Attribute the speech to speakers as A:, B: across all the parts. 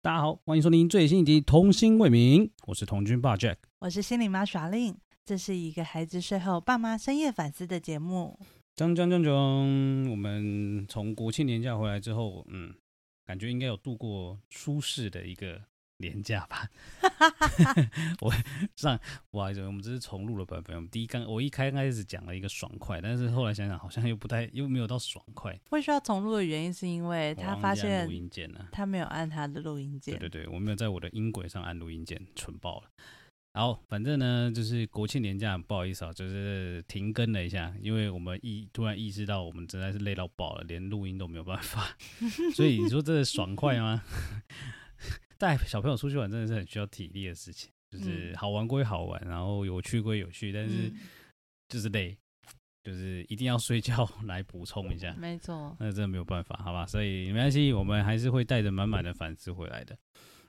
A: 大家好，欢迎收听最新一集《童心未泯》，我是童军爸 Jack。
B: 我是心理妈耍令，这是一个孩子睡后爸妈深夜反思的节目。
A: 张张张张，我们从国庆年假回来之后，嗯，感觉应该有度过舒适的一个年假 吧。我上不好意思，我们只是重录了版本。我们第一刚我一开开始讲了一个爽快，但是后来想想好像又不太又没有到爽快。
B: 会需要重录的原因是因为
A: 我
B: 他
A: 忘记
B: 发
A: 按
B: 现
A: 录音键了。
B: 他没有按他的录音键
A: 对，对对，我没有在我的音轨上按录音键，蠢爆了。好，反正呢，就是国庆年假，不好意思啊，就是停更了一下，因为我们意突然意识到我们真的是累到爆了，连录音都没有办法。 所以你说这爽快吗？ 带小朋友出去玩真的是很需要体力的事情，就是
B: 嗯
A: 好玩归好玩，然后有趣归有趣，但是
B: 嗯
A: 就是累，就是一定要睡觉来补充一下。
B: 没错，
A: 那真的没有办法，好吧？所以没关系，我们还是会带着满满的反思回来的。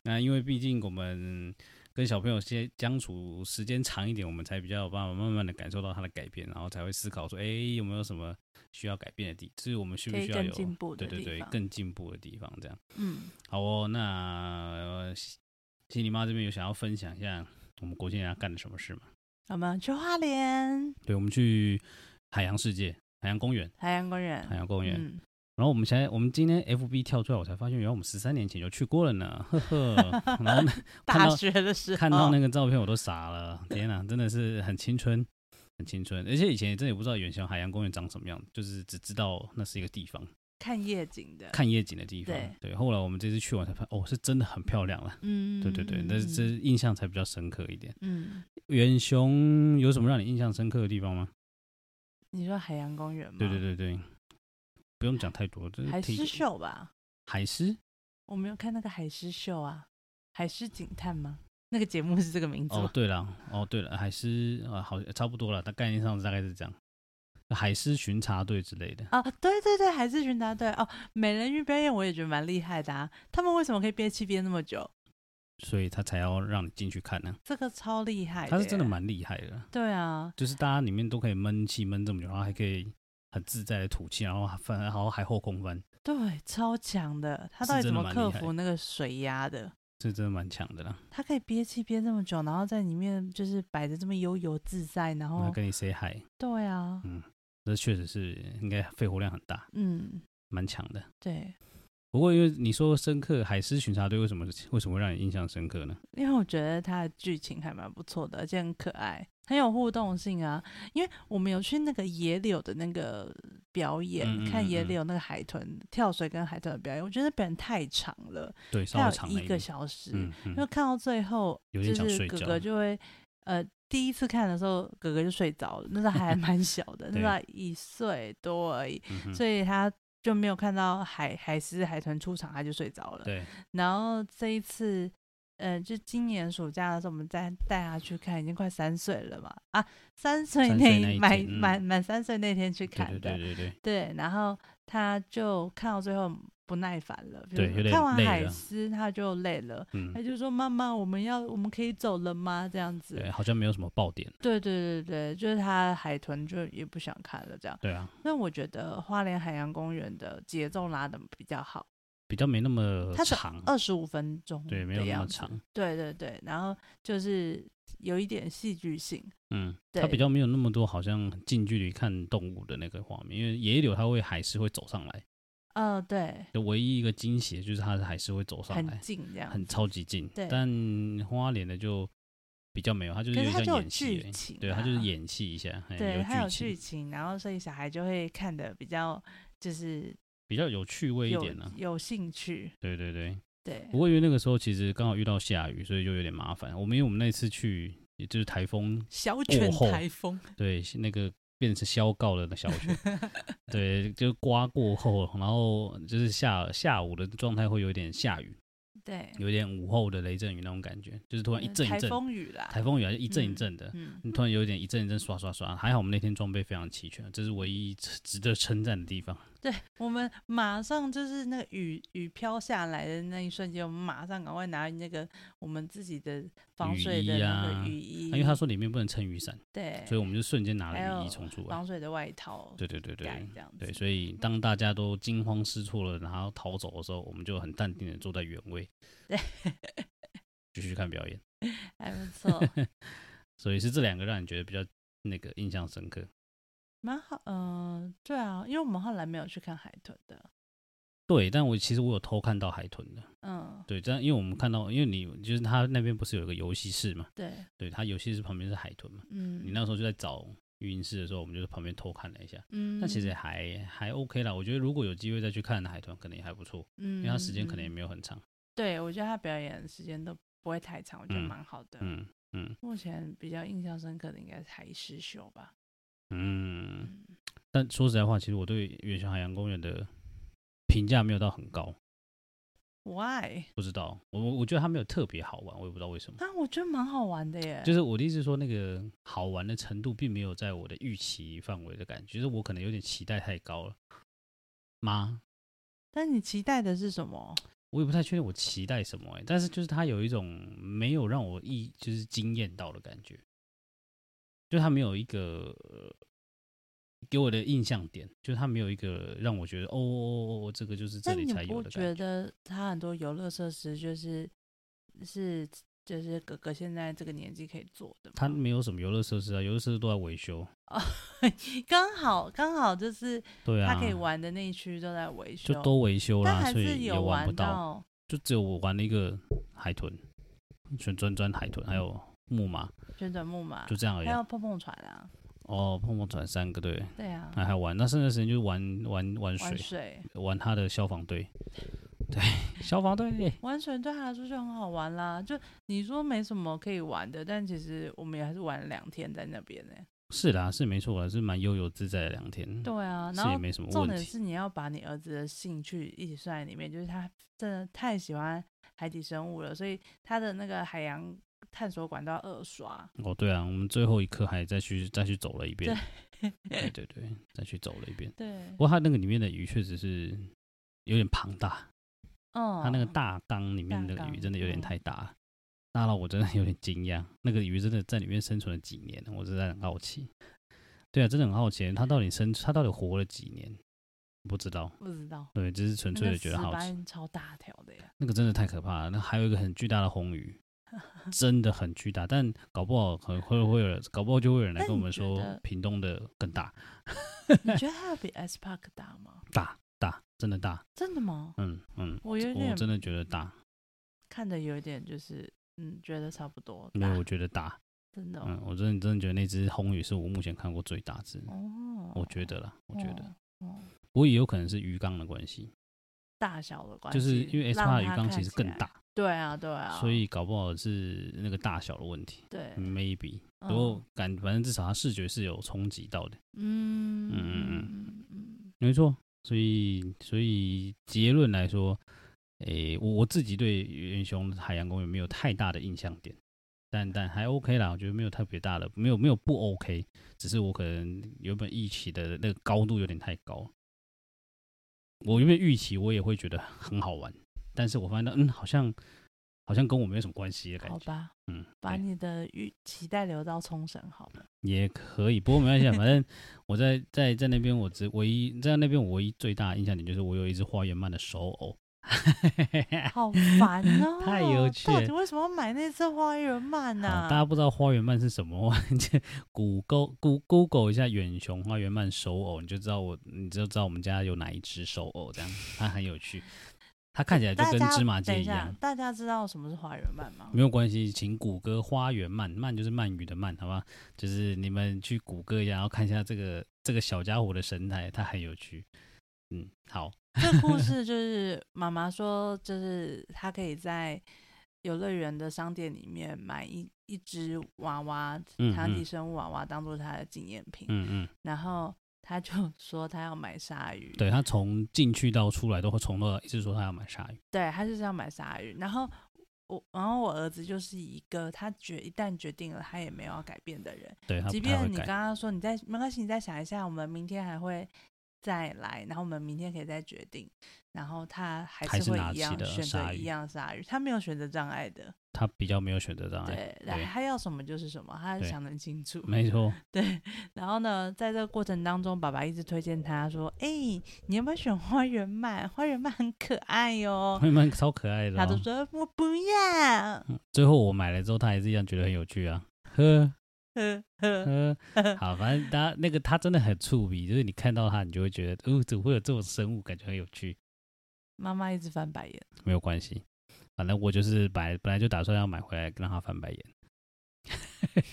A: 那因为毕竟我们跟小朋友先相处时间长一点，我们才比较有办法慢慢的感受到他的改变，然后才会思考说，哎、有没有什么需要改变的地，就是我们需不
B: 可以
A: 需要
B: 更
A: 有
B: 进步的
A: 对对
B: 地
A: 对
B: 方
A: 更进步的地方？这样
B: 嗯，
A: 好哦。那呃西西你妈这边有想要分享一下我们国庆年干了什么事吗？
B: 我们去花莲
A: 对，我们去海洋世界、海洋公园、
B: 海洋公园，
A: 海洋公园。
B: 嗯，
A: 然后我们现在，我们今天 FB 跳出来，我才发现，原来我们十三年前就去过了呢， 呵呵。然后呢看
B: 大
A: 到
B: 学的时候
A: 看到那个照片，我都傻了， 天哪，真的是很青春，很青春。而且以前真的也不知道远雄海洋公园长什么样，就是只知道那是一个地方，
B: 看夜景的，
A: 看夜景的地方。
B: 对
A: 后来我们这次去完才发现，哦，是真的很漂亮了。
B: 嗯，
A: 对对对，但是这印象才比较深刻一点。
B: 嗯，
A: 远雄有什么让你印象深刻的地方吗？
B: 你说海洋公园吗？
A: 对对，对对，不用讲太多，就是
B: 海
A: 提
B: 狮秀吧？
A: 海狮
B: 我没有看那个海狮秀啊，海狮警探吗？那个节目是这个名字
A: 哦
B: 吗，？
A: 对了，哦对了，海狮啊，好，差不多了，它概念上大概是这样，海狮巡查队之类的。
B: 啊，对对对，海狮巡查队哦，美人鱼表演我也觉得蛮厉害的啊。他们为什么可以憋气憋那么久？
A: 所以他才要让你进去看呢、
B: 这个超厉害
A: 他是真的
B: 耶
A: 蛮厉害的，
B: 对啊，
A: 就是大家里面都可以闷气闷这么久，然后还可以很自在的吐气，然后翻，然后还后空翻，
B: 对，超强的。他
A: 是
B: 到底
A: 真
B: 怎
A: 的
B: 么
A: 蛮厉
B: 克
A: 害
B: 服那个水压的？
A: 这真的蛮强的啦。
B: 他可以憋气憋这么久，然后在里面就是摆着这么悠游自在，然
A: 他
B: 后
A: 跟你 say hi，
B: 对啊，
A: 这确实是应该肺活量很大，
B: 嗯，
A: 蛮强的。
B: 对，
A: 不过因为你说深刻，海狮巡查队为什么为什么会让你印象深刻呢？
B: 因为我觉得它的剧情还蛮不错的，而且很可爱，很有互动性啊。因为我们有去那个野柳的那个表演，
A: 嗯嗯嗯
B: 看
A: 嗯
B: 野柳那个海豚跳水跟海豚的表演，我觉得表演太长了，
A: 对，稍微
B: 它有
A: 长了
B: 一
A: 点
B: 个，小时，
A: 嗯
B: 因为
A: 嗯，
B: 看到最后
A: 有点
B: 就
A: 想
B: 是
A: 睡
B: 哥
A: 觉
B: 哥
A: 了。
B: 就会呃第一次看的时候，哥哥就睡着了，那时候 还蛮小的，那时候
A: 对
B: 还一岁多而已，
A: 嗯哼
B: 所以他。就没有看到海海狮、海豚出场，他就睡着了。
A: 对，
B: 然后这一次，呃，就今年暑假的时候，我们再带他去看，已经快三岁了嘛，啊，三岁
A: 三岁那一
B: 那满
A: 天嗯
B: 满满三岁那天去看
A: 对
B: 的，
A: 对对对对，
B: 对然后他就看到最后不耐烦了，比如
A: 对
B: 说
A: 有点
B: 看完
A: 累
B: 海
A: 了
B: 狮他就累了，
A: 嗯
B: 他，就说妈妈，我们要我们可以走了吗？这样子，
A: 对，好像没有什么爆点。
B: 对对对对，就是他海豚就也不想看了这样。
A: 对啊，
B: 那我觉得花莲海洋公园的节奏拉的比较好，
A: 比较没那么
B: 它是
A: 长，
B: 二十五分钟，
A: 嗯对，没有那么。长。
B: 对对对，然后就是有一点戏剧性，
A: 嗯，
B: 对
A: 它比较没有那么多好像近距离看动物的那个画面，因为野柳它会还是会走上来，
B: 呃，对，
A: 就唯一一个惊喜就是它还是会走上
B: 很
A: 来，
B: 近这样子，
A: 哎很超级近。
B: 对
A: 但花脸的就比较没有，它就是
B: 可
A: 有
B: 是它
A: 点
B: 就
A: 像
B: 有
A: 演戏而
B: 剧情
A: 已，对，它就是
B: 啊
A: 演戏一下，嘿
B: 对，它有
A: 剧情，
B: 剧情，然后所以小孩就会看的比较就是
A: 比较有趣味一
B: 有
A: 点呢、
B: 有兴趣，
A: 对对对，
B: 对
A: 不，过因为那个时候其实刚好遇到下雨，所以就有点麻烦。我们因为我们那次去，也就是台风
B: 小犬
A: 后
B: 台风，
A: 对，那个变成消告了的小雪，对，就刮过后，然后就是下下午的状态会有点下雨，
B: 对，
A: 有点午后的雷阵雨那种感觉，就是突然一
B: 嗯
A: 阵一
B: 台
A: 阵
B: 风雨啦，
A: 台风雨来就一阵一
B: 嗯
A: 阵的，
B: 嗯，
A: 突然有点一阵一阵刷刷刷。还好我们那天装备非常齐全，这是唯一值得称赞的地方。
B: 对我们马上就是那个雨雨飘下来的那一瞬间，我们马上赶快拿那个我们自己的防
A: 雨
B: 水的
A: 衣
B: 那
A: 啊
B: 个雨衣，
A: 因为他说里面不能撑雨伞，
B: 对，
A: 所以我们就瞬间拿
B: 还
A: 了雨衣
B: 有
A: 冲出来。
B: 防水的外套
A: 对对对对
B: 盖
A: 对
B: 这样子，
A: 对，所以当大家都惊慌失措了，然后逃走的时候，我们就很淡定的坐在原位，
B: 对，
A: 继续看表演。
B: 还不错，
A: 所以是这两个让你觉得比较那个印象深刻。
B: 蛮好。嗯、对啊，因为我们后来没有去看海豚的，
A: 对，但我其实我有偷看到海豚的，
B: 嗯，
A: 对，这样因为我们看到，因为你就是他那边不是有一个游戏室嘛，
B: 对，
A: 对，他游戏室旁边是海豚嘛，
B: 嗯，
A: 你那时候就在找育婴室的时候，我们就在旁边偷看了一下，
B: 嗯，
A: 但其实还还 OK 啦，我觉得如果有机会再去看海豚，可能也还不错，因
B: 嗯，因
A: 为它时间可能也没有很长，
B: 对，我觉得他表演时间都不会太长，我觉得
A: 嗯
B: 蛮好的。
A: 嗯嗯
B: 目前比较印象深刻的应该是海狮秀吧。
A: 嗯。
B: 嗯
A: 但说实在话，其实我对远雄海洋公园的评价没有到很高，
B: ，Why
A: 不知道，我我我觉得它没有特别好玩，我也不知道为什么。
B: 啊？我觉得蛮好玩的耶。
A: 就是我的意思是说，那个好玩的程度并没有在我的预期范围的感觉，就是我可能有点期待太高了吗？
B: 但你期待的是什么？
A: 我也不太确定我期待什么、欸，但是就是它有一种没有让我意就是惊艳到的感觉，就它没有一个、呃给我的印象点，就是它没有一个让我觉得哦哦哦，这个就是这
B: 但
A: 里
B: 你
A: 才有
B: 不
A: 的
B: 觉
A: 感觉。
B: 得它很多游乐设施就是是就是哥哥现在这个年纪可以做的
A: 它
B: 吗？
A: 没有什么游乐设施啊，游乐设施都在维修。
B: 刚好刚好就是
A: 嗯对啊，
B: 他可以玩的那一区都在维修，
A: 就都维修
B: 但
A: 啦，
B: 还
A: 所
B: 是
A: 以也
B: 有
A: 玩不
B: 玩
A: 到。就只有我玩了一个海豚，旋转转海豚，还有木马，
B: 旋转木马
A: 就，这样而已
B: 还
A: 啊。
B: 有碰碰船啊，
A: 哦，碰碰船三个对，
B: 对啊，
A: 那还有玩。那剩下的时间就是玩玩玩水
B: 玩，水
A: 玩他的消防队。对， 消防队
B: 玩水对他来说就很好玩啦。就你说没什么可以玩的，但其实我们也还是玩了两天在那边呢、
A: 是啦，是没错啦，是蛮悠游自在的两天，
B: 对啊，然
A: 是也
B: 后
A: 没什么
B: 重
A: 问
B: 点
A: 题。
B: 是你要把你儿子的兴趣一起算在里面，就是他真的太喜欢海底生物了，所以他的那个海洋探索馆都要二刷。
A: 哦，对啊，我们最后一刻还再去再去走了一遍，对
B: 对
A: 对对，再去走了一遍。
B: 对
A: 不，过它那个里面的鱼确实是有点庞大，
B: 嗯，
A: 它那个大缸里面
B: 大
A: 的
B: 缸
A: 鱼真的有点
B: 嗯
A: 太大了，大到我真的有点惊讶。那个鱼真的在里面生存了几年，我真的很好奇。对啊，真的很好奇，它到底生它到底活了几年？不知道，
B: 不知道，
A: 对，只是纯
B: 那
A: 粹
B: 个
A: 的觉得
B: 石
A: 好奇。
B: 斑超大条的 呀，
A: 那个真的太可怕了。那还有一个很巨大的红 鱼，真的很巨大，但搞不好很会会有人，搞不好就会有人来
B: 但
A: 跟我
B: 你
A: 们
B: 觉
A: 说
B: 得，
A: 屏东的更大，
B: 你觉得它有比 S Park 大吗？
A: 大大，真的大。
B: 真的吗？
A: 嗯嗯，
B: 我有
A: 我
B: 点
A: 真的觉得大，
B: 看的有一点就是，嗯，觉得差不多大，
A: 没有，我觉得大。
B: 真的
A: 嗯
B: 哦，，
A: 我真的真的觉得那只红鱼是我目前看过最大只的，
B: 哦
A: 我觉得啦，我觉得，
B: 哦哦
A: 不过也有可能是鱼缸的关系，
B: 大小的关系，
A: 就是因为 S
B: 让
A: R 鱼
B: 它
A: 缸
B: 看
A: 其实
B: 起
A: 更
B: 来，
A: 大，
B: 对啊，对啊，
A: 所以搞不好是那个大小的问题
B: 对，
A: ，maybe。
B: 嗯
A: 不过感反正至少它视觉是有冲击到的，
B: 嗯
A: 嗯嗯
B: 嗯嗯
A: 没错。所以所以结论来说，诶，我我自己对元雄海洋公园没有太大的印象点。但但还 OK 啦，我觉得没有特别大的，没有没有不 OK，只是我可能原本预期的那个高度有点太高。我原本预期我也会觉得很好玩，但是我发现到嗯，好像好像跟我没有什么关系的
B: 嗯，
A: 感
B: 好
A: 觉，
B: 吧，
A: 嗯，
B: 把
A: 对
B: 你的预期待留到冲绳好 了。
A: 也可以，不过没关系，啊，反正我在在在那边，我只唯一在那边我唯一最大的印象点就是我有一只花园漫的手偶，
B: 好
A: ！
B: 烦哦
A: 太有趣了
B: 到底为什么要买那只花园漫呢、
A: 好，大家不知道花园漫是什么，这谷歌谷 Google 一下远雄花园漫手偶，你就知道我，你就知道我们家有哪一只手偶，这样它很有趣。它看起来就
B: 大
A: 跟
B: 家
A: 芝麻
B: 等
A: 街
B: 一
A: 一
B: 下
A: 样，，
B: 大家知道什么是花园漫吗？
A: 没有关系，请谷歌花园漫漫就是鳗鱼的鳗，好吧？就是你们去谷歌一下，然后看一下这个这个小家伙的神态，它很有趣。嗯，好，
B: 这 故事就是妈妈说，就是她可以在游乐园的商店里面买一一只娃娃，
A: 嗯
B: 海底
A: 嗯
B: 生物娃娃当做她的纪念品。
A: 嗯嗯，
B: 然后她就说她要买鲨鱼，
A: 对，它从进去到出来都会从头到尾一直说它要买鲨鱼，
B: 对，她就是要买鲨鱼。然后我，然后我儿子就是一个他决一旦决定了，他也没有要改变的人。
A: 对，它
B: 即
A: 不太
B: 便
A: 会
B: 你
A: 改
B: 刚。刚说你再没关系，你再想一下，我们明天还会再来，然后我们明天可以再决定。然后他还
A: 还
B: 是
A: 是
B: 会
A: 拿
B: 一
A: 起
B: 样
A: 的
B: 选
A: 鲨
B: 择一
A: 鱼
B: 样鲨鱼，他没有选择障碍的。
A: 他比较没有选择障碍，
B: 对，然后他要什么就是什么，他
A: 哎对
B: 想得清楚。
A: 没错，
B: 对，然后呢，在这个过程当中，爸爸一直推荐他说：“哎、你要不要选花园鳗？花园鳗很可爱哟、
A: 会蛮超可爱的、
B: 他哦都
A: 哦。
B: 说：“我不要。
A: 嗯最后我买了之后，他还是一样觉得很有趣啊，呵
B: 呵
A: 呵。
B: 呵 呵
A: 嗯好，反正他那个他真的很触笔，就是你看到他，你就会觉得，哦，怎么会有这种生物，感觉很有趣。
B: 妈妈一直翻白眼。
A: 没有关系，反正我就是本来本来就打算要买回来让他翻白眼。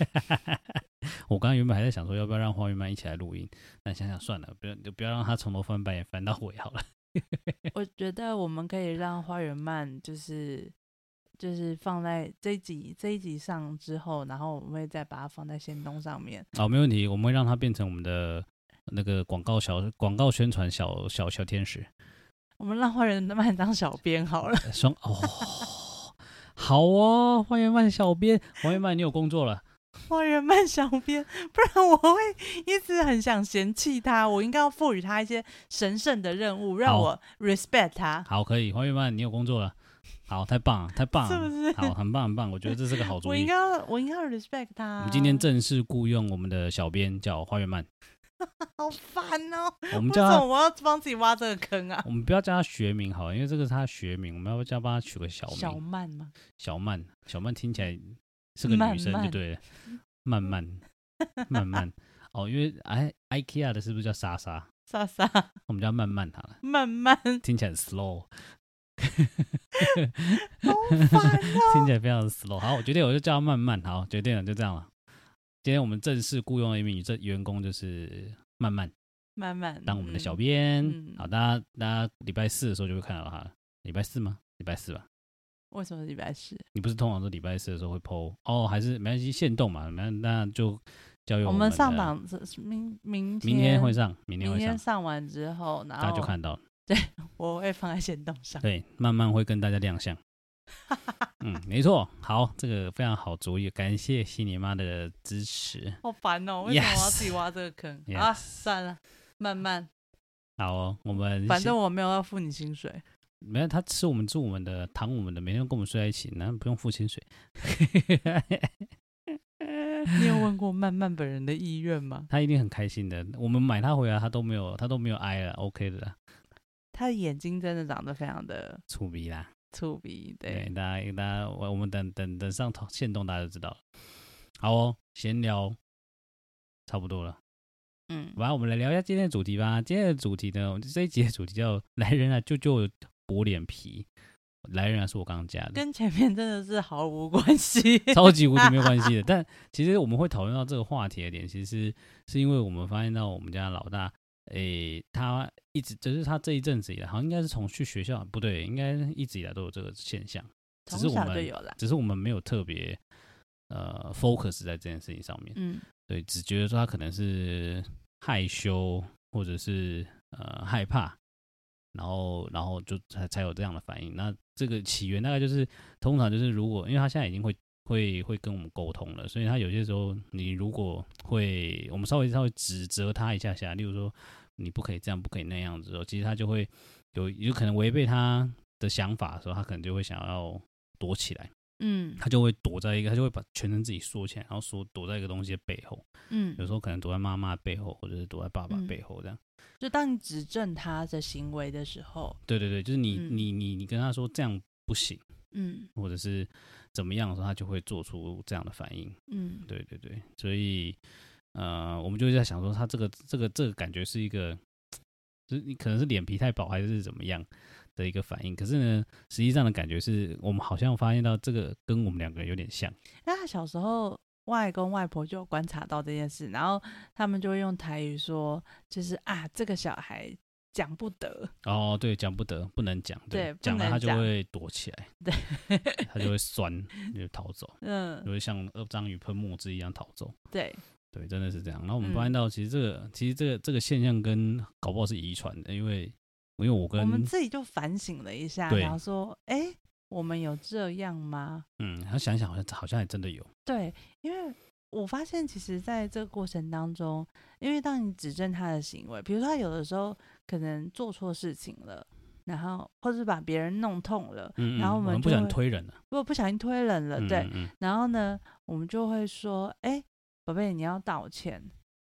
A: 我刚刚原本还在想说要不要让花玉曼一起来录音，但想想算了，不要就不要让他从头翻白眼翻到尾好了。
B: 我觉得我们可以让花园鳗就是就是放在这一集这一集上之后，然后我们会再把它放在仙东上面。
A: 好，没问题，我们会让他变成我们的那个广告小广告宣传小小小天使。
B: 我们让花园鳗当小编好了。
A: 呃双哦，好哦，花园曼小编，花园曼你有工作了，
B: 花园漫小编，不然我会一直很想嫌弃他。我应该要赋予他一些神圣的任务，让
A: 好
B: 我 respect 他，
A: 好可以，花园曼你有工作了，好，太棒了，太棒
B: 是不
A: 了，
B: 是？
A: 好，很棒很棒，我觉得这是个好主
B: 我
A: 意
B: 应。该要，我应该要 respect 他。
A: 我们今天正式雇佣我们的小编叫花园 曼，
B: 好烦哦、
A: 我们
B: 为
A: 叫
B: 什么
A: 他，
B: 我要帮自己挖这个坑啊？
A: 我们不要叫他学名好了，因为这个是他学名，我们要不要叫帮他取个小
B: 小
A: 名？
B: 曼吗？
A: 小曼，小曼听起来是个
B: 慢
A: 女生就
B: 慢
A: 对了，慢慢 慢慢哦，因为哎 IKEA 的是不是叫莎莎？
B: 莎莎，
A: 我们叫慢慢好了，
B: 慢慢，
A: 听起来很 slow，
B: 好烦 哦、
A: 听起来非常 slow。好，我决定我就叫他慢慢，好，决定了就这样了。今天我们正式雇佣了一名女这员工，就是慢慢。
B: 慢慢
A: 当我们的小
B: 嗯
A: 编。
B: 嗯
A: 好，大家大家礼拜四的时候就会看到他了。礼拜四吗？礼拜四吧。
B: 为什么礼拜四？
A: 你不是通常都礼拜四的时候会 PO 哦，还是没关系，限动嘛，那那就交由
B: 我
A: 们
B: 们
A: 的
B: 上，榜是是明明
A: 明天会，上，明天
B: 明
A: 会上
B: 天，哦上完之后，然
A: 大家
B: 后
A: 就看到了。
B: 我会放在仙洞 上。
A: 对，慢慢会跟大家亮相。嗯，没错，好，这个非常好主意，感谢悉尼妈的支持。
B: 好烦哦、为什么我要
A: Yes
B: 自己挖这个坑
A: Yes
B: 啊？算了，慢慢，
A: 好哦、我们
B: 反
A: 先
B: 正我没有要付你薪 水。
A: 没有，他吃我们住我们的，躺我们的，每天跟我们睡在一起，那不用付薪水。
B: 你有问过曼曼本人的意愿吗？
A: 他一定很开心的。我们买他回来，他都没有，他都没有挨了，OK 的啦，
B: 他的眼睛真的长得非常的
A: 粗逼啦。
B: 粗鄙，
A: 对，
B: 对，
A: 大家大家，我我们等等等上头线动，大家就知道了。好哦，闲聊差不多了，
B: 嗯，
A: 来，我们来聊一下今天的主题吧。今天的主题呢，我们这一集的主题叫“来人啊，救救薄脸皮”。来人啊，是我刚刚加的，
B: 跟前面真的是毫无关 系。
A: 超级无敌没有关系的。但其实我们会讨论到这个话题的点，其实是因为我们发现到我们家老大，诶、他一直就是他这一阵子以来，好像应该是从去学校不对，应该一直以来都有这个现象，只
B: 从
A: 是我
B: 小就
A: 们
B: 有啦，
A: 只是我们没有特别呃 focus 在这件事情上面，
B: 嗯，
A: 对，只觉得说他可能是害羞或者是呃害怕，然后然后就才才有这样的反应。那这个起源大概就是通常就是如果因为他现在已经会会会跟我们沟通了，所以他有些时候你如果会我们稍微稍微指责他一下下，例如说你不可以这样，不可以那样子哦，其实他就会有有可能违背他的想法的时候，他可能就会想要躲起来，
B: 嗯
A: 他就会躲在一个，他就会把全身自己缩起来，然后缩躲在一个东西的背后。
B: 嗯
A: 有，时候可能躲在妈妈背后，或者是躲在爸爸
B: 嗯
A: 背后这样。
B: 就当你指正他的行为的时候，
A: 对对对，就是你、
B: 嗯
A: 你你你跟他说这样不行，
B: 嗯
A: 或者是怎么样的时候，他就会做出这样的反应。
B: 嗯，
A: 对对对，所以呃，我们就在想说，他这个这个这个感觉是一个，就是你可能是脸皮太薄还是怎么样的一个反应。可是呢，实际上的感觉是我们好像发现到这个跟我们两个有点像。
B: 那他小时候外公外婆就有观察到这件事，然后他们就会用台语说，就是啊，这个小孩讲不得，
A: 哦，对，讲不得，不能讲，
B: 对不
A: 讲了
B: 能
A: 他就
B: 讲
A: 会躲起来，
B: 对，
A: 他就会酸， 就逃走。
B: 嗯，
A: 就会像呃章鱼喷墨汁一样逃走。
B: 对，
A: 对，真的是这样。然后我们
B: 嗯
A: 发现到，其实这个、其实这个这个现象跟搞不好是遗传的，因为因为我
B: 我们
A: 跟
B: 自己就反省了一下，
A: 对
B: 然后说，哎，我们有这样吗？
A: 嗯，他想一想好像好像还真的有，
B: 对，因为我发现其实在这个过程当中，因为当你指正他的行为，比如说他有的时候可能做错事情了，然后或者把别人弄痛了，
A: 嗯，嗯
B: 然后我
A: 我
B: 们
A: 不
B: 就
A: 想
B: 会
A: 推人了，
B: 如果不小心推冷了，对，
A: 嗯，嗯嗯
B: 然后呢，我们就会说，哎、宝贝，你要道歉，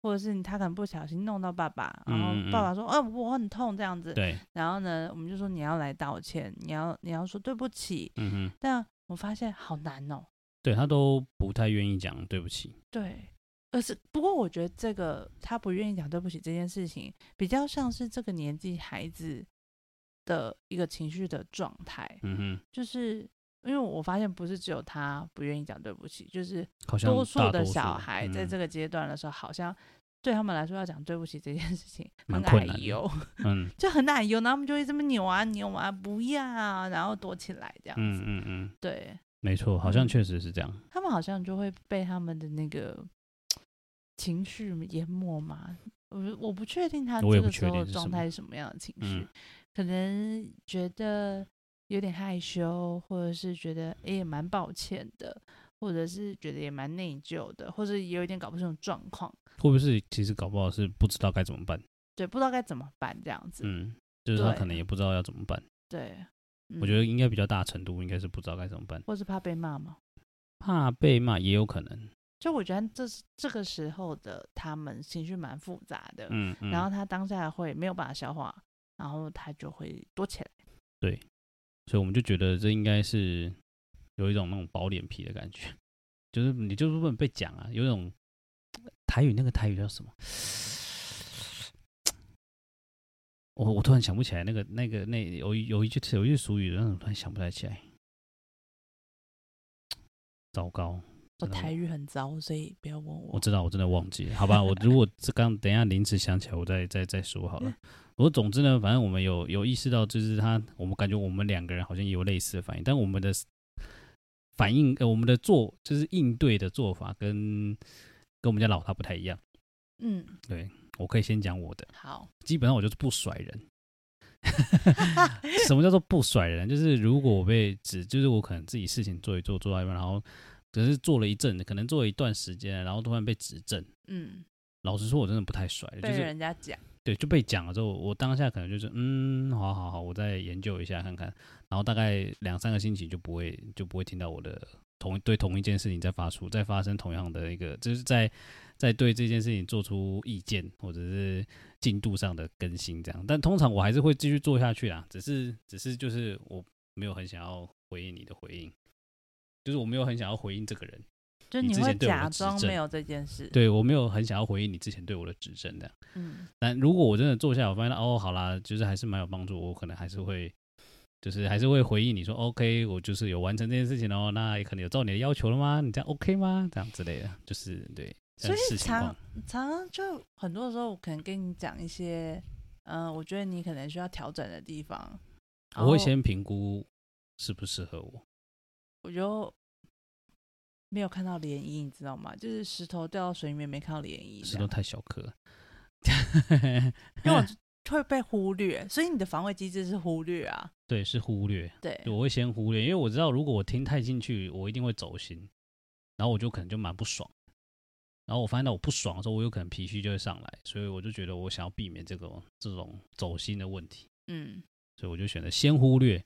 B: 或者是你他可能不小心弄到爸爸，然后
A: 嗯嗯嗯
B: 爸爸说，哦、我很痛这样子，
A: 对，
B: 然后呢，我们就说你要来道歉，你要你要说对不起，
A: 嗯哼，
B: 但我发现好难哦，
A: 对他都不太愿意讲对不起，
B: 对。而是，不过我觉得这个他不愿意讲对不起这件事情，比较像是这个年纪孩子的一个情绪的状态，
A: 嗯
B: 就是因为我发现不是只有他不愿意讲对不起，就是
A: 哼，好像
B: 多数
A: 大
B: 的
A: 多数
B: 小孩在
A: 嗯
B: 这个阶段的时候，好像对他们来说要讲对不起这件事情
A: 蛮
B: 很
A: 困
B: 奶
A: 难的
B: 油，
A: 嗯
B: 就很奶油，然后他们就会这么扭啊扭啊，不要啊，然后躲起来这样
A: 嗯
B: 子。
A: 嗯嗯，
B: 对
A: 没错，好像
B: 嗯
A: 确实是这样。
B: 他们好像就会被他们的那个情绪淹没嘛。我我不确定他
A: 我也
B: 这
A: 不
B: 个
A: 确
B: 时候
A: 定
B: 的
A: 是什
B: 状
A: 么
B: 态是什么样的情绪，
A: 嗯
B: 可能觉得有点害羞，或者是觉得哎、诶也蛮抱歉的，或者是觉得也蛮内疚的，或者也有点搞不清楚状况，
A: 会不会是其实搞不好是不知道该怎么办？
B: 对，不知道该怎么办这样子。
A: 嗯，就是他
B: 对
A: 可能也不知道要怎么办。
B: 对，嗯、
A: 我觉得应该比较大程度应该是不知道该怎么办，
B: 或是怕被骂嘛。
A: 怕被骂也有可能。
B: 就我觉得这是这个时候的他们情绪蛮复杂的，
A: 嗯，嗯
B: 然后他当下会没有办法消化，然后他就会躲起来。
A: 所以我们就觉得这应该是有一种那种薄脸皮的感觉， 就是你就是不能被讲啊，有一种呃台语那个台语叫什么？ 我我突然想不起来那个那个那有一有一句有一句俗语，但是我突然想不太起来。糟糕，
B: 我
A: 真的
B: 台语很糟，所以不要问我。
A: 我知道，我真的忘记了，好吧？我如果这刚等一下临时想起来，我再再再说好了。我总之呢，反正我们有有意识到，就是他，我们感觉我们两个人好像也有类似的反应，但我们的反应，呃，我们的做就是应对的做法跟跟我们家老大不太一样。
B: 嗯，
A: 我可以先讲我的，
B: 好，
A: 基本上我就是不甩人。 什么叫做不甩人？就是如果我被指，就是我可能自己事情做一做，做到一半，然后可是做了一阵，可能做了一段时间，然后突然被指正。
B: 嗯，
A: 老实说，我真的不太甩，就
B: 被
A: 是
B: 人家讲，
A: 对，就被讲了之后，我当下可能就是嗯，好好好，我再研究一下看看，然后大概两三个星期就不会就不会听到我的同对同一件事情再发出再发生同样的一个，就是在在对这件事情做出意见或者是进度上的更新这样。但通常我还是会继续做下去啦，只是只是就是我没有很想要回应你的回应，就是我没有很想要回应这个人。
B: 就
A: 你之
B: 会
A: 前对我的
B: 假
A: 指
B: 装
A: 正
B: 没有这件事。，
A: 对我没有很想要回应你之前对我的指正的，
B: 嗯，
A: 但如果我真的坐下来，我发现哦，好啦，就是还是蛮有帮助，我可能还是会，就是还是会回应你说，OK，我就是有完成这件事情哦，那也可能有照你的要求了吗？你这样 OK 吗？这样之类的，就是对，
B: 所
A: 但
B: 以
A: 视情况
B: 常常常就很多时候，我可能跟你讲一些，嗯、我觉得你可能需要调整的地方。然
A: 我会
B: 后
A: 先评估适不适合我，
B: 我就没有看到涟漪，你知道吗？就是石头掉到水里面没看到涟漪这
A: 石
B: 样，
A: 头太小颗 了，
B: 因为我就会被忽略，所以你的防卫机制是忽略啊。
A: 对，是忽略，
B: 对，
A: 我会先忽略，因为我知道如果我听太进去，我一定会走心，然后我就可能就蛮不爽。然后我发现到我不爽的时候，我有可能脾气就会上来，所以我就觉得我想要避免这个这种走心的问题，
B: 嗯，
A: 所以我就选择先忽略。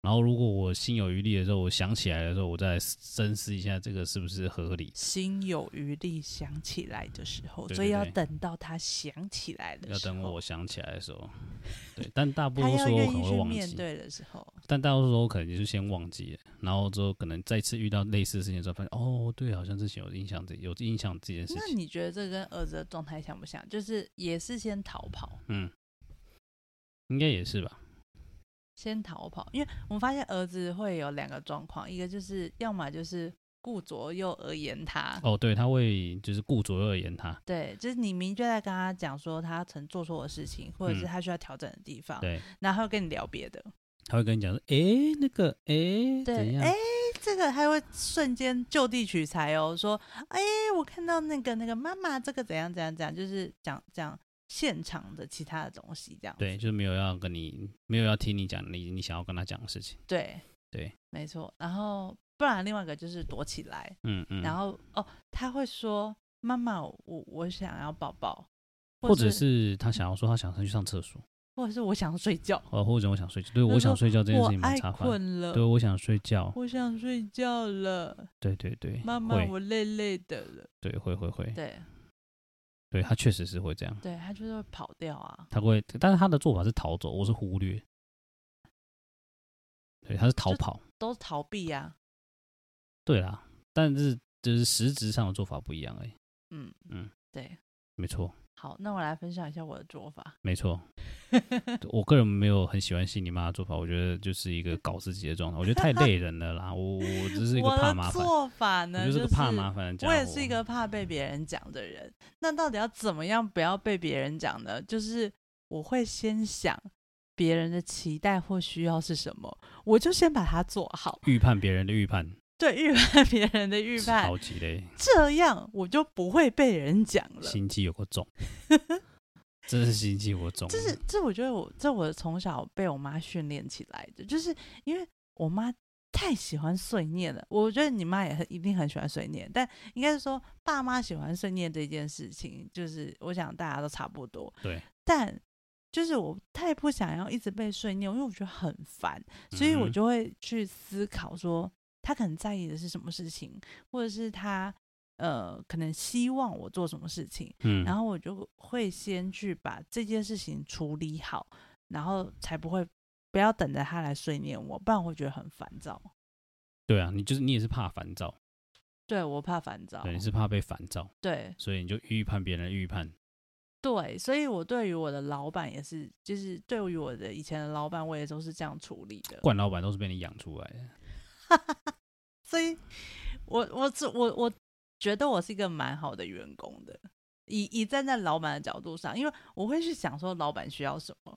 A: 然后如果我心有余力的时候，我想起来的时候，我再深思一下这个是不是合理，
B: 心有余力想起来的时候，
A: 对
B: 所以
A: 对
B: 要
A: 对
B: 等到他想起来的
A: 要
B: 时候，
A: 等我想起来的时候。对，但 大部
B: 他
A: 分
B: 要
A: 时候我
B: 愿
A: 可能
B: 意
A: 会
B: 去
A: 忘
B: 面
A: 记。
B: 对的时候，
A: 但大多数时候可能就是先忘记了，然后之后可能再次遇到类似的事情的时候，发现哦，对，好像之前有印象这有印象这件事
B: 那
A: 情，
B: 你觉得这跟儿子的状态像不像？就是也是先逃跑，
A: 嗯，应该也是吧，
B: 先逃跑，因为我们发现儿子会有两个状况，一个就是要么就是顾左右而言他，
A: 哦，对，他会就是顾左右而言他，
B: 对，就是你明确在跟他讲说他曾做错的事情，或者是
A: 嗯
B: 他需要调整的地方，
A: 对，
B: 然后他会跟你聊别的，
A: 他会跟你讲说，诶，那个，诶，怎
B: 对，
A: 样，
B: 哎、这个他会瞬间就地取材哦，说，哎、我看到那个那个妈妈这个怎样怎样怎样，就是讲讲现场的其他的东西这样子，
A: 对，就是没有要跟你没有要听你讲你你想要跟他讲的事情，
B: 对
A: 对，
B: 没错。然后不然另外一个就是躲起来，
A: 嗯嗯，
B: 然后哦，他会说妈妈，我我想要抱抱，
A: 或者
B: 是
A: 是他想要说他想上去上厕所，
B: 或者是我想睡觉，
A: 哦，或者我想睡觉，对
B: 就
A: 我想
B: 说
A: 睡觉这件
B: 我
A: 事情蛮
B: 爱
A: 麻烦，
B: 困了
A: 对，我想睡觉，
B: 我想睡觉了，
A: 对对对，
B: 妈妈
A: 哎会，
B: 我累累的了，
A: 对会会会，
B: 对
A: 对他确实是会这样，
B: 对，他就是会跑掉啊，
A: 他会，但是他的做法是逃走，我是忽略，对，他是逃
B: 就
A: 跑，
B: 都是逃避啊呀、
A: 对啦，但是就是实质上的做法不一样而已，
B: 嗯
A: 嗯，
B: 对，
A: 没错
B: 好，那我来分享一下我的做法，
A: 没错，我个人没有很喜欢心理妈的做法，我觉得就是一个搞自己的状态，我觉得太累人了啦，我我只是一个
B: 我
A: 怕
B: 的
A: 麻烦，
B: 做法
A: 我
B: 呢，
A: 就是
B: 是
A: 个怕麻烦的家伙，啊
B: 我也是一个怕被别人讲的人。那到底要怎么样不要被别人讲呢？就是我会先想别人的期待或需要是什么，我就先把它做好。
A: 预判别人的预判，
B: 对，预判别人的预判
A: 超，级累。
B: 这样我就不会被人讲了。
A: 心机有个重，真是心机我重。
B: 这是这，我觉得我这我从小被我妈训练起来的，就是因为我妈太喜欢碎念了。我觉得你妈也很一定很喜欢碎念，但应该是说爸妈喜欢碎念这件事情，就是我想大家都差不多。
A: 对，
B: 但就是我太不想要一直被碎念，因为我觉得很烦，所以我就会去思考说，他可能在意的是什么事情，或者是他呃可能希望我做什么事情。
A: 嗯，
B: 然
A: 后
B: 后我就会先去把这件事情处理好，然后才不会不要等着他来碎念我，不然我会觉得很烦躁。
A: 对啊，你就是你也是怕烦躁，
B: 对我怕烦躁，
A: 对，你是怕被烦躁，
B: 对
A: 所以你就预判别人的预判，
B: 对，所以我对于我的老板也是，就是对于我的以前的老板，我也都是这样处理的。
A: 惯老板都是被你养出来的。
B: 所以我我是我我觉得我是一个蛮好的员工的，以以站在老板的角度上，因为我会去想说老板需要什么，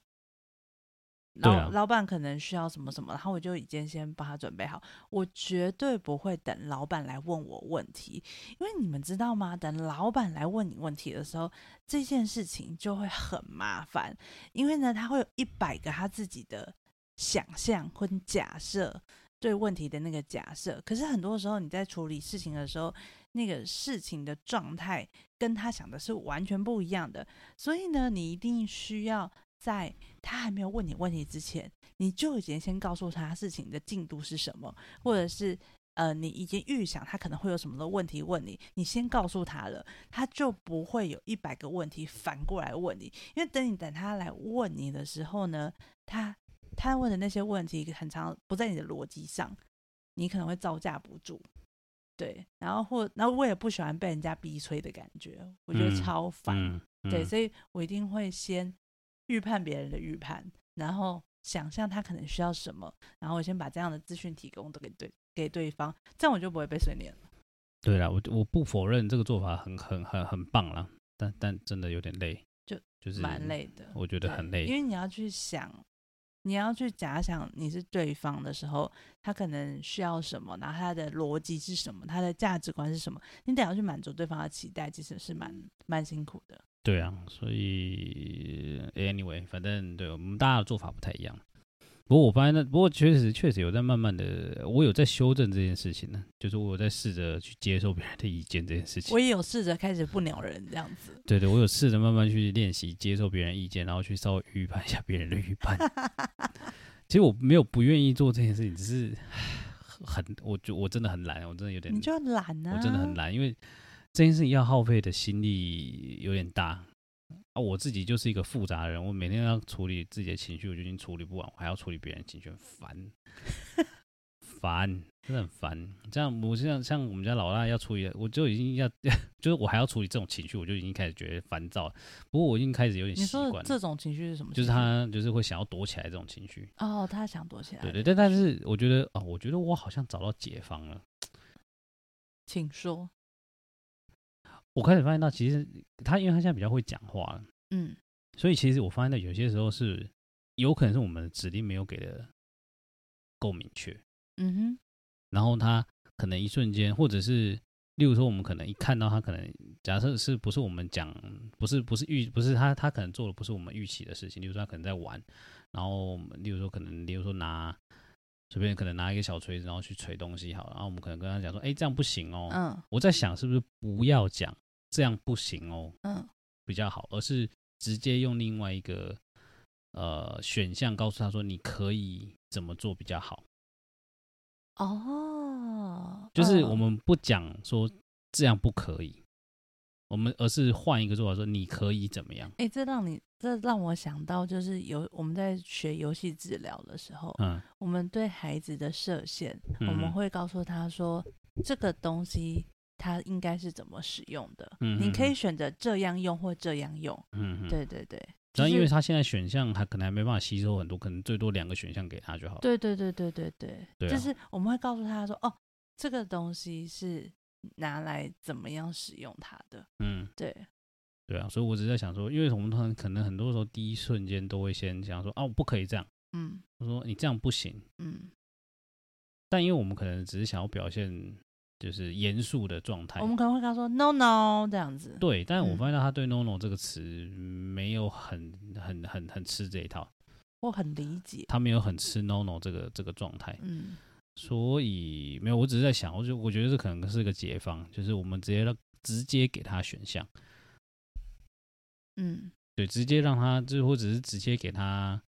B: 老、
A: 对啊
B: 老板可能需要什么什么，然后我就已经先帮他准备好，我绝对不会等老板来问我问题，因为你们知道吗？等老板来问你问题的时候，这件事情就会很麻烦，因为呢，他会有一百个他自己的想象或假设对问题的那个假设。可是很多时候你在处理事情的时候，那个事情的状态跟他想的是完全不一样的，所以呢，你一定需要在他还没有问你问题之前，你就已经先告诉他事情的进度是什么，或者是。呃，你已经预想他可能会有什么的问题问你，你先告诉他了，他就不会有一百个问题反过来问你，因为等你等他来问你的时候呢，他他问的那些问题很常不在你的逻辑上，你可能会招架不住。对，然后或然后我也不喜欢被人家逼催的感觉，我觉得
A: 嗯
B: 超烦。
A: 嗯，
B: 对，
A: 嗯
B: 所以我一定会先预判别人的预判，然后想象他可能需要什么，然后我先把这样的资讯提供都给对给对方，这样我就不会被碎念了。
A: 对啦，我我不否认这个做法很很很很棒啦，但但真的有点累，
B: 就
A: 就是
B: 蛮，累的，
A: 我觉得
B: 对
A: 很累
B: 因。为你要去想，你要去假想你是对方的时候，他可能需要什么，然后他的逻辑是什么，他的价值观是什么，你得要去满足对方的期待，其实是蛮蛮辛苦的。
A: 对啊，所以 anyway，反正对我们大家的做法不太一样。不过我发现那，不过确实确实有在慢慢的，我有在修正这件事情呢，就是我有在试着去接受别人的意见这件事情
B: 我。也有试着开始不鸟人这样子，
A: 对对，我有试着慢慢去练习接受别人意见，然后去稍微预判一下别人的预判。其实我没有不愿意做这件事情，只是很，我就我真的很懒，我 真的有点
B: 你就懒啊，
A: 我真的很。 难，因为这件事情要耗费的心力有点大啊。我自己就是一个复杂的人，我每天要处理自己的情绪，我就已经处理不完，我还要处理别人的情绪，很烦，烦，真的很烦。这样，我像像我们家老大要处理，我就已经要， 就是我还要处理这种情绪，我就已经开始觉得烦躁了。不过我已经开始有点
B: 你
A: 习
B: 说的
A: 惯
B: 这
A: 了，
B: 种情绪是什么情绪？
A: 就是他就是会想要躲起来这种情绪。
B: 哦，他想躲起来，
A: 对对，但但是我觉得啊、我觉得我好像找到解放了。
B: 请说。
A: 我开始发现到，其实他因为他现在比较会讲话了，
B: 嗯，
A: 所以其实我发现到有些时候是有可能是我们的指令没有给的够明确，
B: 嗯
A: 然后他可能一瞬间，或者是例如说我们可能一看到他可能假设是不是我们讲不是不是预不是他他可能做的不是我们预期的事情，例如说他可能在玩，然后我们例如说可能例如说拿随便可能拿一个小锤子，然后去锤东西好了。然后我们可能跟他讲说，哎、这样不行哦。
B: 嗯
A: 我在想是不是不要讲这样不行哦
B: 嗯
A: 比较好，而是直接用另外一个呃选项告诉他说你可以怎么做比较好。
B: 哦，
A: 就是
B: 嗯
A: 我们不讲说这样不可以，我们而是换一个做法说你可以怎么样。
B: 哎、这让你这让我想到，就是游我们在学游戏治疗的时候，
A: 嗯，
B: 我们对孩子的设限，
A: 嗯
B: 我们会告诉他说，这个东西它应该是怎么使用的，
A: 嗯
B: 你可
A: 嗯
B: 以
A: 嗯
B: 选择这样用或这样用。
A: 嗯嗯。
B: 对对对，
A: 然后因为
B: 就是
A: 他现在选项他可能还没办法吸收很多，可能最多两个选项给他就好了。
B: 对对对对对对，
A: 对
B: 就
A: 啊
B: 是我们会告诉他说，哦，这个东西是拿来怎么样使用它的。
A: 嗯，
B: 对，
A: 对啊，所以我只是在想说，因为我们通常可能很多时候第一瞬间都会先想说，哦，不可以这样，
B: 嗯
A: 我说你这样不行。
B: 嗯，
A: 但因为我们可能只是想要表现就是严肃的状态
B: 我，们可能会跟他说 no no 这样子。
A: 对。但我
B: 嗯
A: 发现到他对 “nono” 这个词没有很很很很吃这一套，
B: 我很理解。
A: 他没有很吃 “nono” 这个这个状态，
B: 嗯
A: 所以没有。我只是在想，我就我觉得这可能是个解放，就是我们直接让直接给他选项。
B: 嗯
A: 对，直接让他就是或者是直接给他，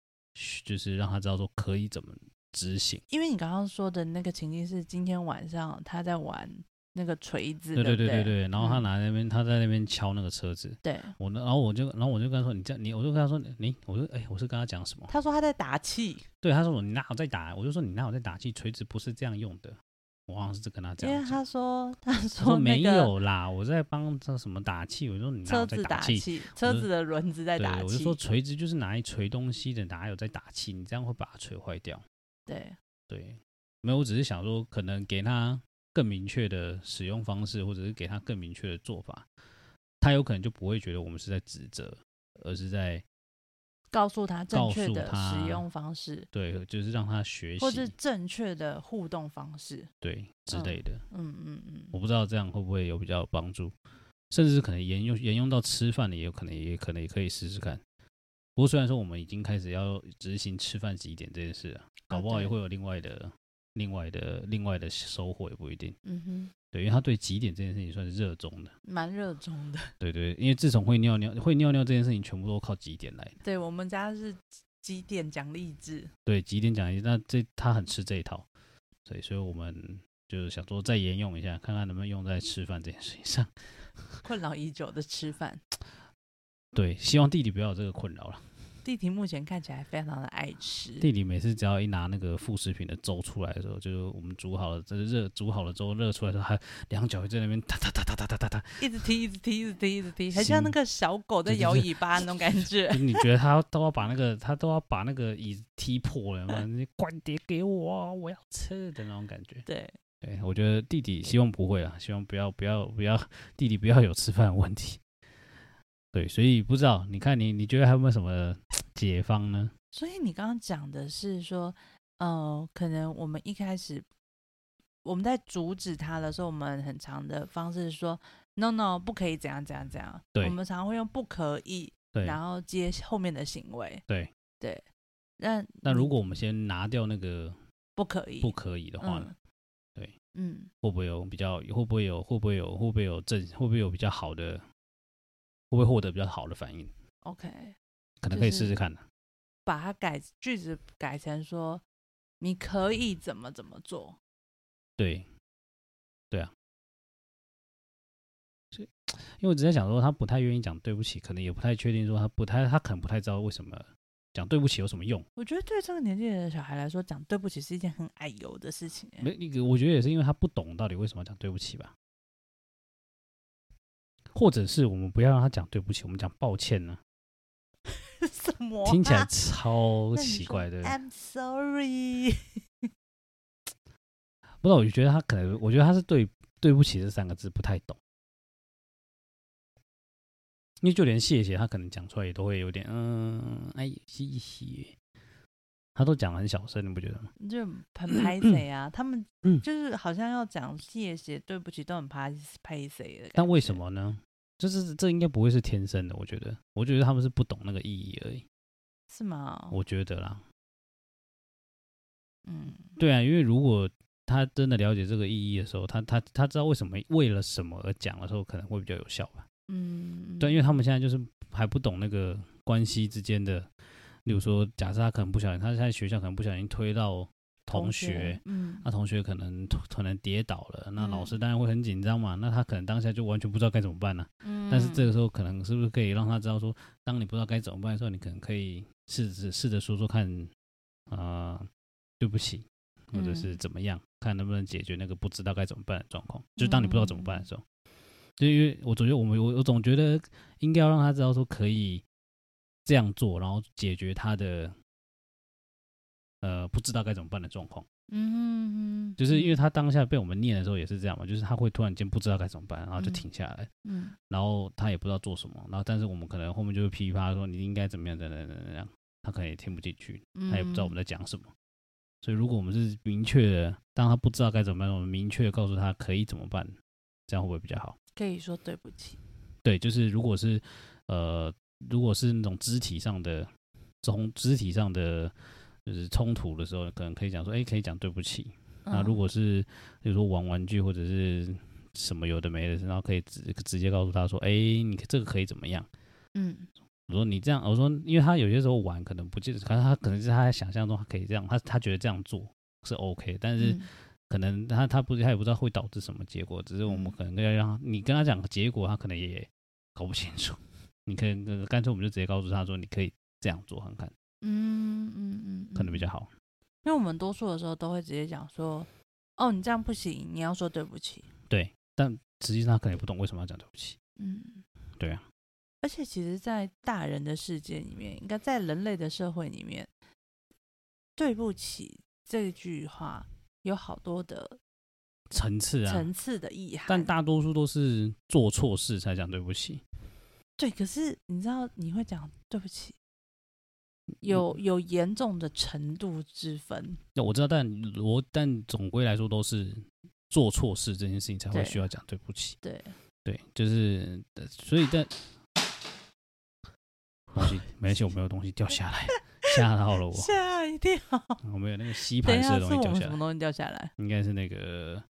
A: 就是让他知道说可以怎么执行。
B: 因为你刚刚说的那个情境是今天晚上他在玩那个锤子，
A: 对
B: 对
A: 对
B: 不
A: 对对，然后他
B: 嗯
A: 拿那边、他在那边敲那个车子，
B: 对，
A: 我那然后我就然后我就跟他说你这样你我就跟他说你我就哎、我是跟他讲什么？
B: 他说他在打气，
A: 对，他说我你哪有在打？我就说你哪有在打气，锤子不是这样用的。我好像是跟他
B: 因
A: 讲
B: 为
A: 的，
B: 他说他
A: 他说
B: 说那
A: 没
B: 个
A: 有啦，我在帮这什么打气。我就说你哪
B: 车
A: 有在
B: 子打
A: 气？
B: 气，车子的轮子在
A: 对，
B: 打
A: 我就
B: 气
A: 说，锤子就是拿来锤东西的，哪有在打气？你这样会把它锤坏掉。
B: 对，
A: 对，没有，我只是想说，可能给他更明确的使用方式，或者是给他更明确的做法，他有可能就不会觉得我们是在指责，而是在
B: 告诉他正
A: 告
B: 确
A: 诉
B: 的
A: 他
B: 使用方式，
A: 对，就是让他学
B: 或是
A: 习，
B: 正确的互动方式。
A: 对之
B: 嗯
A: 类的。
B: 嗯嗯
A: 我
B: 嗯，
A: 不知道这样会不会有比较有帮助，甚至可能沿用沿用到吃饭的，也有可能也可能也可以试试看。不过虽然说我们已经开始要执行吃饭几点这件事了，搞
B: 啊
A: 不好也
B: 对
A: 会有另外的、另外的、另外的收获，也不一定。
B: 嗯哼，
A: 对，因为他对几点这件事情算是热衷的。
B: 蛮热衷的。
A: 对对，因为自从会尿尿，会尿尿这件事情全部都靠几点来的。
B: 对我们家是几点奖励制，
A: 对，几点讲一，那这他很吃这一套，对，所以我们就是想说再沿用一下，看看能不能用在吃饭这件事情上。
B: 困扰已久的吃饭。
A: 对，希望弟弟不要有这个困扰了。
B: 弟弟目前看起来非常的爱吃，
A: 弟弟每次只要一拿那个副食品的粥出来的时候，就是我们煮好了，这热煮好了粥热出来的时候，他两脚会在那边哒哒哒哒哒哒哒哒，
B: 一直踢，一直踢，一直踢，一直踢，很
A: 行
B: 像那个小狗在
A: 对对
B: 摇
A: 对
B: 尾 巴那种感觉
A: 就。是你觉得他都要把那个他都要把那个椅子踢破了，反正关碟给我啊，我要吃的那种感觉。
B: 对，
A: 对，我觉得弟弟希望不会啦，希望不要不要不要弟弟不要有吃饭的问题。对，所以不知道你看你你觉得还有没有什么解方呢？
B: 所以你刚刚讲的是说，呃，可能我们一开始我们在阻止他的时候，我们很常的方式是说 “no no”，不可以怎样怎样怎样。
A: 对
B: 我们常常会用“不可以”，
A: 对，
B: 然后接后面的行为。
A: 对
B: 对，那
A: 那
B: 你
A: 如果我们先拿掉那个
B: 不可以，
A: 不可以的话呢，
B: 嗯，
A: 对，
B: 嗯，
A: 会不会有比较会不会有会不会有会不会有正会不会有比较好的，会不会获得比较好的反应？
B: OK，
A: 可能
B: 就
A: 可以
B: 是
A: 试试看啊呢。
B: 把它改句子改成说“你可以怎么怎么做”。
A: 对，对啊。所以，因为我只在想说，他不太愿意讲对不起，可能也不太确定说他不太，他可能不太知道为什么讲对不起有什么用。
B: 我觉得对这个年纪的小孩来说，讲对不起是一件很矮油的事情欸。
A: 没，那个我觉得也是因为他不懂到底为什么要讲对不起吧。或者是我们不要让他讲对不起，我们讲抱歉呢、
B: 什么啊、
A: 听起来超
B: 那你
A: 奇
B: 说
A: 怪，对不对？
B: I'm sorry。
A: 不知道，我就觉得他可能，我觉得他是对“对不起”这三个字不太懂，因为就连谢谢他可能讲出来也都会有点嗯，哎，谢谢，他都讲得很小声，你不觉得吗？
B: 就 很拍谁啊？他们
A: 嗯
B: 就是好像要讲谢谢、对不起，都很拍拍谁的感觉。
A: 但为什么呢？就是这应该不会是天生的，我觉得，我觉得他们是不懂那个意义而已，
B: 是吗？
A: 我觉得啦。
B: 嗯，
A: 对啊，因为如果他真的了解这个意义的时候，他他他知道为什么为了什么而讲的时候，可能会比较有效吧。
B: 嗯，
A: 对，因为他们现在就是还不懂那个关系之间的，例如说，假设他可能不小心，他在学校可能不小心推到同学，啊
B: 嗯
A: 那同学可能可能跌倒了，那
B: 嗯
A: 老师当然会很紧张嘛，那他可能当下就完全不知道该怎么办呢、
B: 嗯，
A: 但是这个时候可能是不是可以让他知道说，当你不知道该怎么办的时候，你可能可以试着试着说说看，啊、对不起，或者是
B: 嗯
A: 怎么样，看能不能解决那个不知道该怎么办的状况。就是当你不知道怎么办的时
B: 嗯
A: 候，就因为我总觉得我们我我总觉得应该要让他知道说可以这样做，然后解决他的呃不知道该怎么办的状况。
B: 嗯，嗯
A: 就是因为他当下被我们念的时候也是这样嘛，就是他会突然间不知道该怎么办，然后就
B: 嗯
A: 停下来。
B: 嗯
A: 然后他也不知道做什么，然后但是我们可能后面就会噼啪说你应该怎么样怎么样怎么样，他可能也听不进去，
B: 嗯，
A: 他也不知道我们在讲什么。所以如果我们是明确的，当他不知道该怎么办，我们明确的告诉他可以怎么办，这样会不会比较好？
B: 可以说对不起，
A: 对，就是如果是呃，如果是那种肢体上的从肢体上的就是冲突的时候，可能可以讲说，哎，可以讲对不起，那
B: 嗯
A: 如果是比如说玩玩具或者是什么有的没的，然后可以直直接告诉他说，哎、你这个可以怎么样？
B: 嗯
A: 我说你这样，我说因为他有些时候玩可能不记得，可能他可能是他在想象中他可以这样，他他觉得这样做是 OK，但是
B: 嗯
A: 可能他他不他也不知道会导致什么结果，只是我们
B: 嗯
A: 可能要让他你跟他讲结果，他可能也搞不清楚。 你可以呃干脆我们就直接告诉他说，你可以这样做看看，
B: 嗯嗯嗯，
A: 可能比较
B: 好。
A: 好。
B: 因为我们多数的时候都会直接讲说，哦，你这样不行，你要说对不起。
A: 实际上他可能也不懂为什么要讲对不起。
B: 嗯，
A: 对啊。
B: 而且其实，在大人的世界里面，应该在人类的社会里面，对不起这句话有好多的
A: 层次啊，
B: 层次的意涵。
A: 但大多数都是做错事才讲对不起。
B: 对，可是你知道，你会讲对不起，
A: 嗯
B: 有有严重的程度之分。
A: 那我知道，但我但总归来说都是做错事这件事情才会
B: 对
A: 需要讲对不起。
B: 对，
A: 对，就是呃所以 但东西没关系，我没有东西掉下来，吓到了我，
B: 吓一跳！
A: 我没有那个吸
B: 等
A: 盘
B: 一
A: 式
B: 下，
A: 的东
B: 是
A: 西
B: 我
A: 掉
B: 们
A: 下
B: 什么
A: 来，
B: 东西掉下来？
A: 应该是那个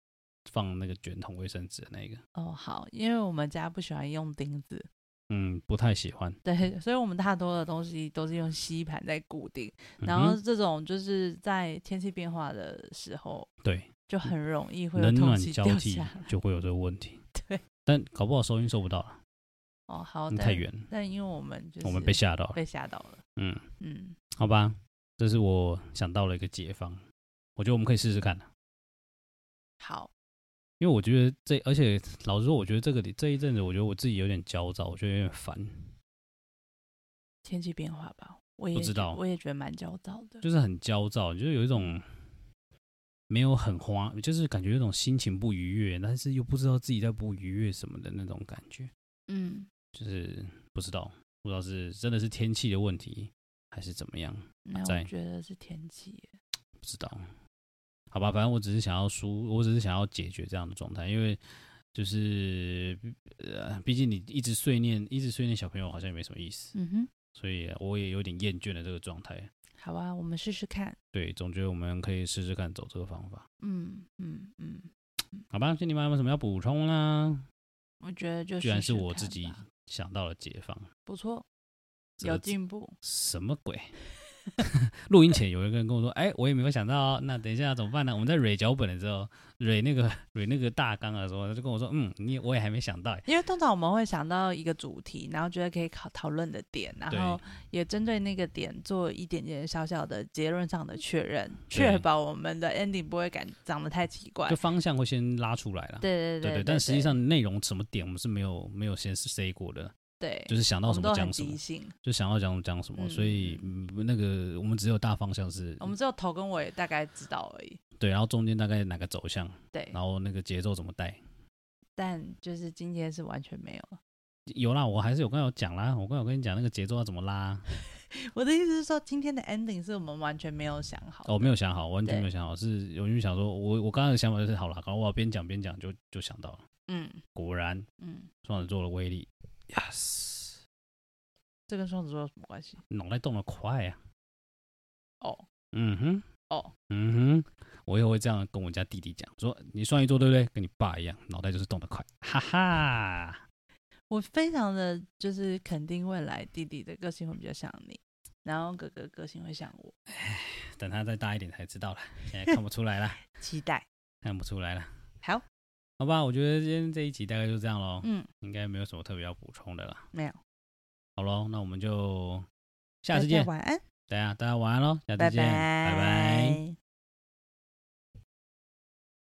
A: 放那个卷筒卫生纸的那个，
B: 哦，好，因为我们家不喜欢用钉子，
A: 嗯，不太喜欢。
B: 对，所以我们大多的东西都是用吸盘在固定，
A: 嗯
B: 然后
A: 哼
B: 这种就是在天气变化的时候，
A: 对
B: 就很容易会
A: 嗯
B: 有
A: 冷
B: 东
A: 暖
B: 西
A: 交
B: 掉
A: 替
B: 下来。
A: 就会有这个问题，
B: 对，
A: 但搞不好收音收不到了，
B: 哦，好
A: 因为
B: 的，
A: 太远了，
B: 但因为我们就是
A: 我们被吓到了。
B: 被吓到了，
A: 嗯，
B: 嗯，
A: 好吧，这是我想到了一个解方，我觉得我们可以试试看啊
B: 好，
A: 因为我觉得这，而且老实说，我觉得这个这一阵子，我觉得我自己有点焦躁，我觉得有点烦，
B: 天气变化吧，我也
A: 知
B: 觉
A: 道
B: 我也觉得蛮焦躁的，
A: 就是很焦躁，就是有一种没有很花，就是感觉有一种心情不愉悦，但是又不知道自己在不愉悦什么的那种感觉，
B: 嗯
A: 就是不知道，不知道是真的是天气的问题还是怎么样，
B: 没有，
A: 在
B: 我觉得是天气耶，
A: 不知道，好吧，反正我只是想要输，我只是想要解决这样的状态，因为就是呃，毕竟你一直碎念，一直碎念小朋友好像也没什么意思，
B: 嗯哼，
A: 所以我也有点厌倦了这个状态。
B: 好啊，我们试试看，
A: 对，总觉得我们可以试试看走这个方法，
B: 嗯嗯嗯，
A: 好吧？仙女妈有没有什么要补充啦？
B: 我觉得就
A: 居然
B: 试
A: 是
B: 试
A: 我
B: 看
A: 自己
B: 吧
A: 想到了解放，
B: 不错，
A: 这
B: 有
A: 个
B: 进步，
A: 什么鬼？ 录音前有一个人跟我说：“哎、我也没有想到哦、那等一下怎么办呢？”我们在蕊脚本的时候，蕊那个蕊那个大纲的时候，他就跟我说：“嗯，你也我也还没想到耶。”
B: 因为通常我们会想到一个主题，然后觉得可以考讨论的点，然
A: 对
B: 后也针对那个点做一点点小小的结论上的确认，确保我们的 ending 不会感长得太奇怪
A: 就。方向会先拉出来了。
B: 对对
A: 对
B: 对
A: 但实际上内容什么点我们是没有没有先 say 过的，
B: 对，
A: 就是想
B: 我
A: 到什
B: 们都
A: 么
B: 很
A: 讲什
B: 即
A: 么，
B: 兴，
A: 就想要讲讲什么，
B: 嗯
A: 所以、嗯、那个我们只有大方向是
B: 我，们只有头跟尾大概知道而已。
A: 对，然后中间大概哪个走向，
B: 对，
A: 然后那个节奏怎么带。
B: 但就是今天是完全没有了。
A: 有啦，我还是有刚才有讲啦，我刚才有跟你讲那个节奏要怎么拉，
B: 我的意思是说，今天的 ending 是我们完全没有想好。
A: 哦，没有想好，完全
B: 对
A: 没有想好，是有因为想说，我我刚才的想法就是好啦，搞我边讲边讲就就想到了，
B: 嗯
A: 果然
B: 嗯，
A: 双子座的威力，yes，
B: 这跟双子座有什么关系？
A: 脑袋动得快啊，
B: 哦，
A: 嗯哼，
B: 哦，
A: 嗯哼，我也会这样跟我家弟弟讲，说你双鱼座对不对？跟你爸一样，脑袋就是动得快，哈哈。
B: 我非常的就是肯定未来弟弟的个性会比较像你，然后哥哥个性会像我，
A: 等他再大一点才知道了，现在看不出来了，
B: 期待。
A: 看不出来了。
B: 好，
A: 好吧，我觉得今天这一集大概就这样喽，
B: 嗯，
A: 应该没有什么特别要补充的啦。
B: 没有，
A: 好喽，那我们就下
B: 大
A: 次
B: 家
A: 见，
B: 晚安，
A: 大家大家晚安喽，下次
B: 拜
A: 见，拜拜
B: 拜